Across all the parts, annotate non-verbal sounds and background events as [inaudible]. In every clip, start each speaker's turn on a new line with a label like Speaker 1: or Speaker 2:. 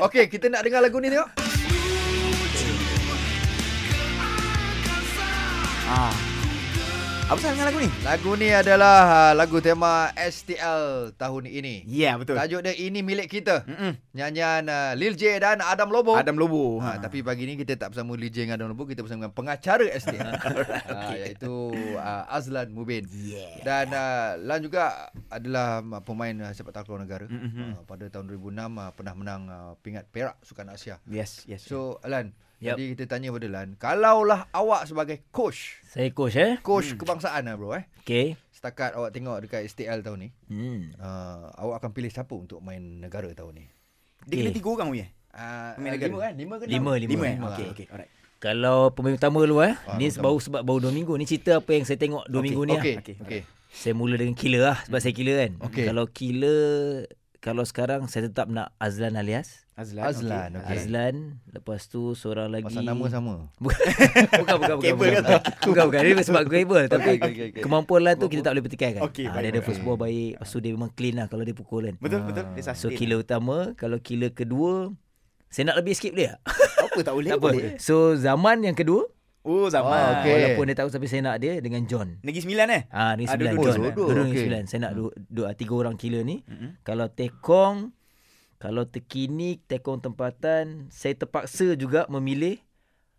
Speaker 1: Okey, kita nak dengar lagu ni tengok.
Speaker 2: Ah. Apa salah dengan lagu ni?
Speaker 1: Lagu ni adalah ah, lagu tema STL tahun ini.
Speaker 2: Ya, yeah, betul.
Speaker 1: Tajuk dia Ini Milik Kita.
Speaker 2: Mm-mm.
Speaker 1: Nyanyian ah, Lil J dan Adam Lobo.
Speaker 2: Adam Lobo.
Speaker 1: Ha, tapi pagi ni kita tak bersama Lil J dengan Adam Lobo, kita bersama dengan pengacara
Speaker 2: [laughs]
Speaker 1: STL. ha, iaitu ah, Azlan Mubin.
Speaker 2: Yeah.
Speaker 1: Dan uh, Lan juga adalah ah, pemain uh, sepak takraw negara.
Speaker 2: Mhm.
Speaker 1: Uh, pada tahun 2006 uh, pernah menang uh, pingat perak Sukan Asia.
Speaker 2: Yes, yes.
Speaker 1: So Lan,
Speaker 3: Yup.
Speaker 1: jadi kita tanya pada Lan, kalaulah awak sebagai coach,
Speaker 3: Saya coach eh.
Speaker 1: coach hmm. kebangsaan lah bro eh.
Speaker 3: Okay.
Speaker 1: Setakat awak tengok dekat STL tahun ni,
Speaker 3: Hmm.
Speaker 1: uh, awak akan pilih siapa untuk main negara tahun ni?
Speaker 2: Dia kena
Speaker 3: Eh.
Speaker 2: tiga orang punya.
Speaker 1: Uh,
Speaker 2: Pemain negara.
Speaker 1: lima kan? Lima ke
Speaker 3: Lima,
Speaker 1: enam?
Speaker 3: lima.
Speaker 2: ah, Lima eh?
Speaker 1: Lima.
Speaker 2: Okay, okay. Alright.
Speaker 3: Kalau pemain utama dulu eh.
Speaker 1: Ah,
Speaker 3: ni
Speaker 1: pemain
Speaker 3: baru sebab baru 2 minggu. Ni cerita apa yang saya tengok 2 okay. minggu ni
Speaker 1: Okay,
Speaker 3: lah.
Speaker 1: okay.
Speaker 2: Okay.
Speaker 1: okay.
Speaker 3: Saya mula dengan killer lah sebab saya killer kan.
Speaker 1: Okay.
Speaker 3: Kalau killer kalau sekarang saya tetap nak Azlan alias
Speaker 2: Azlan.
Speaker 1: Azlan,
Speaker 2: Okay.
Speaker 1: okay.
Speaker 3: Azlan lepas tu seorang lagi
Speaker 1: Pasal nama sama.
Speaker 3: [laughs] Bukan bukan bukan bukan.
Speaker 2: Kabel
Speaker 3: bukan,
Speaker 2: kata.
Speaker 3: bukan, bukan. Dia sebab kabel tapi
Speaker 1: Okay, okay, okay.
Speaker 3: kemampuan lah tu kita tak boleh pertikaikan.
Speaker 2: Okay,
Speaker 3: Ah,
Speaker 2: baik,
Speaker 3: dia ada
Speaker 2: baik.
Speaker 3: football baik, lepas tu dia memang clean lah kalau dia pukul kan.
Speaker 1: Ah.
Speaker 2: Betul, betul. Dia
Speaker 3: So
Speaker 2: sustain.
Speaker 3: killer utama, kalau killer kedua saya nak lebih sikit boleh tak?
Speaker 2: Apa tak boleh?
Speaker 3: tak apa. [laughs] So Zaman yang kedua
Speaker 2: Oh, zaman.
Speaker 1: Ah, okay.
Speaker 3: Walaupun dia tak tahu tapi saya nak dia dengan John.
Speaker 2: Negeri Sembilan eh?
Speaker 3: Ah, ni
Speaker 2: Ah,
Speaker 3: sembilan.
Speaker 2: dua-dua
Speaker 3: John.
Speaker 1: sembilan.
Speaker 3: Dua-dua
Speaker 1: Dua-dua, Hmm.
Speaker 3: ni
Speaker 1: okey.
Speaker 3: sembilan. Saya nak dua, dua, ah, tiga orang killer ni. Kalau tekong, kalau terkini, tekong tempatan, saya terpaksa juga memilih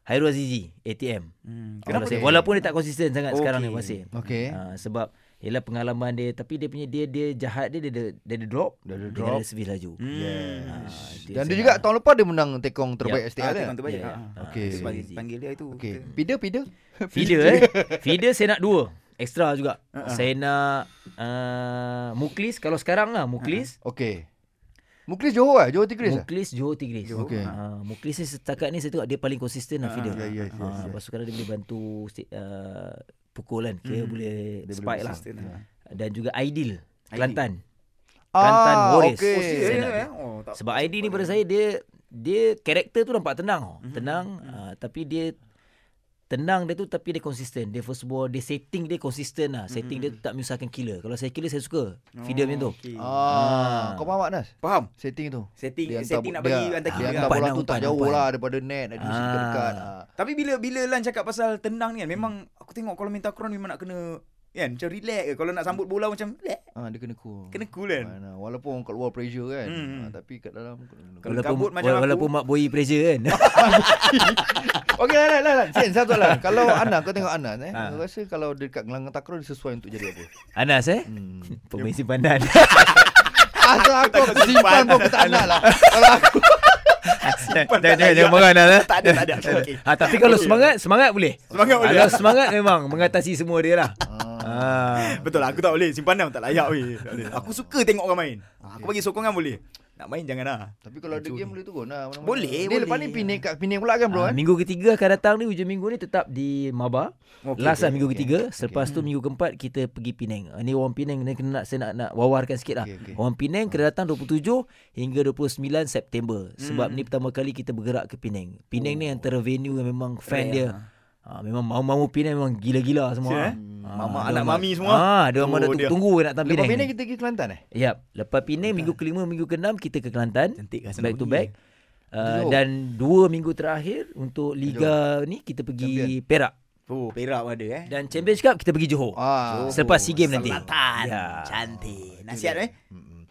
Speaker 3: Hairul Azizi, ATM.
Speaker 2: Hmm.
Speaker 3: Kalau
Speaker 2: Kenapa?
Speaker 3: saya, walaupun dia tak konsisten sangat
Speaker 2: Okey.
Speaker 3: sekarang ni Wasir.
Speaker 1: Okey.
Speaker 3: Ah, sebab ialah pengalaman dia tapi dia punya dia dia jahat dia dia dia, dia ada drop
Speaker 1: Dia ada
Speaker 3: dengan
Speaker 1: drop.
Speaker 3: dia servis laju.
Speaker 2: Yeah.
Speaker 3: Ah, itu
Speaker 1: Dan dia
Speaker 3: saya nak-
Speaker 1: juga tahun lepas dia menang tekong terbaik
Speaker 2: Ah,
Speaker 1: STL kan?
Speaker 2: tengok tu banyak.
Speaker 3: Ya.
Speaker 2: Ah,
Speaker 1: Okey.
Speaker 2: so, panggil- Panggil dia itu.
Speaker 1: Okey.
Speaker 2: kita-
Speaker 1: Pida, pida.
Speaker 3: Feeder eh. Feeder saya nak dua. Extra juga. Uh-huh. Saya nak uh, Muklis kalau sekarang lah Muklis.
Speaker 1: [laughs] Okey. Muklis Johor lah. Johor Tigris lah.
Speaker 3: Muklis Johor Tigris.
Speaker 1: Okey.
Speaker 3: Uh, Muklis ni setakat ni saya tengok dia paling konsisten lah feeder.
Speaker 1: ya, yes, yes,
Speaker 3: Ah, Lepas tu kadang dia boleh bantu sti- uh, pukulan kira
Speaker 1: Hmm.
Speaker 3: boleh spike lah.
Speaker 2: sustain lah.
Speaker 3: Dan juga Aidil Kelantan. Kelantan
Speaker 1: Ah,
Speaker 3: Warriors.
Speaker 1: okey.
Speaker 3: Saya
Speaker 2: Eh,
Speaker 3: nak dia.
Speaker 2: eh? Oh, tak.
Speaker 3: Sebab ID ni pada saya dia dia karakter tu nampak tenang. oh.
Speaker 2: Mhm.
Speaker 3: Tenang ah, tapi dia tenang dia tu tapi dia konsisten. Dia first ball, dia setting dia konsisten lah. Setting dia tu tak menyusahkan killer. Kalau saya killer saya suka. Feeder
Speaker 2: Mhm. Oh,
Speaker 3: macam tu.
Speaker 2: Okey.
Speaker 1: Ah, kau faham tak Nas?
Speaker 2: Faham?
Speaker 1: Setting tu.
Speaker 2: Setting-
Speaker 1: Dia
Speaker 2: setting
Speaker 1: hantar-
Speaker 2: nak bagi
Speaker 1: dia-
Speaker 2: hantar ah.
Speaker 1: Dia
Speaker 2: kira.
Speaker 1: hantar bola
Speaker 3: Umpan
Speaker 1: tu
Speaker 3: lah,
Speaker 1: tak
Speaker 3: umpan,
Speaker 1: jauh
Speaker 3: umpan.
Speaker 1: lah daripada net. Ada mesti
Speaker 3: Ah.
Speaker 1: dekat-dekat. Ah.
Speaker 2: Tapi bila bila Lan cakap pasal tenang ni kan memang aku tengok kalau minta kron memang nak kena kan macam relax ke kalau nak sambut bola macam relax
Speaker 1: Ah, dia kena cool.
Speaker 2: kena cool kan.
Speaker 1: Mana, walaupun kat luar pressure kan.
Speaker 2: Hmm.
Speaker 1: Ah, tapi kat dalam kena
Speaker 2: Kalau
Speaker 3: Walaupun,
Speaker 2: kabut macam aku-
Speaker 3: walaupun mak boy
Speaker 2: [laughs]
Speaker 3: pressure kan.
Speaker 1: Okey, lah, lah, lah. Sen, satu lah. Kalau Ana, kau tengok Ana eh. Kau rasa kalau dekat gelanggang takraw dia sesuai untuk jadi apa?
Speaker 3: Anas eh.
Speaker 2: Hmm.
Speaker 3: [laughs] Pemain
Speaker 2: [laughs]
Speaker 3: simpanan.
Speaker 1: Asal aku simpan pun aku tak nak lah. Kalau aku
Speaker 3: Jangan jangan jangan marah Anas. eh.
Speaker 2: Tak ada tak ada.
Speaker 3: [laughs]
Speaker 2: Okey.
Speaker 3: Ha, tapi kalau semangat, semangat boleh.
Speaker 2: Semangat boleh.
Speaker 3: Kalau semangat memang mengatasi semua dia lah. Ah.
Speaker 2: Betul lah aku tak boleh simpanan tak layak weh. Tak boleh. Aku suka tengok orang main.
Speaker 3: Ah,
Speaker 2: Aku bagi sokongan boleh. Nak main jangan lah.
Speaker 1: Tapi kalau ada game boleh turun lah mana-mana.
Speaker 2: Boleh,
Speaker 1: Dia
Speaker 2: boleh.
Speaker 1: lepas ni Penang kat Penang pula kan bro eh
Speaker 3: Ah, minggu ketiga akan datang ni hujung minggu ni tetap di Maba.
Speaker 2: Okey, okey,
Speaker 3: Okay, Last
Speaker 2: Hmm.
Speaker 3: lah minggu ketiga, selepas tu minggu keempat kita pergi Penang. Ah, Ni orang Penang ni kena nak saya nak, nak wawarkan sikit lah.
Speaker 1: Okey, okey.
Speaker 3: Orang Penang kena datang 27 hingga 29 September. Sebab
Speaker 2: Hmm.
Speaker 3: ni pertama kali kita bergerak ke Penang.
Speaker 2: Oh.
Speaker 3: Penang ni antara venue yang memang fan dia. Ah, memang mau-mau Penang memang gila-gila semua.
Speaker 2: Sure, eh?
Speaker 3: ah. Ah,
Speaker 2: Mama,
Speaker 3: dia
Speaker 2: anak
Speaker 3: orang-
Speaker 2: mami semua.
Speaker 3: Ah, dia orang
Speaker 2: Oh,
Speaker 3: mana
Speaker 2: dia.
Speaker 3: tunggu nak datang
Speaker 1: Lepas
Speaker 3: Penang.
Speaker 1: Penang kita pergi Kelantan eh
Speaker 3: Yap, lepas Penang minggu kelima, minggu keenam kita ke Kelantan.
Speaker 2: Cantik rasa
Speaker 3: back
Speaker 2: nak
Speaker 3: to
Speaker 2: pergi.
Speaker 3: back. Uh, dan dua minggu terakhir untuk liga ni kita pergi Perak
Speaker 2: Oh, Perak pun ada eh.
Speaker 3: dan Champions Cup kita pergi Johor.
Speaker 1: Ah.
Speaker 3: Selepas SEA Games nanti.
Speaker 2: Selatan.
Speaker 3: Ya.
Speaker 2: Cantik. Nasihat eh.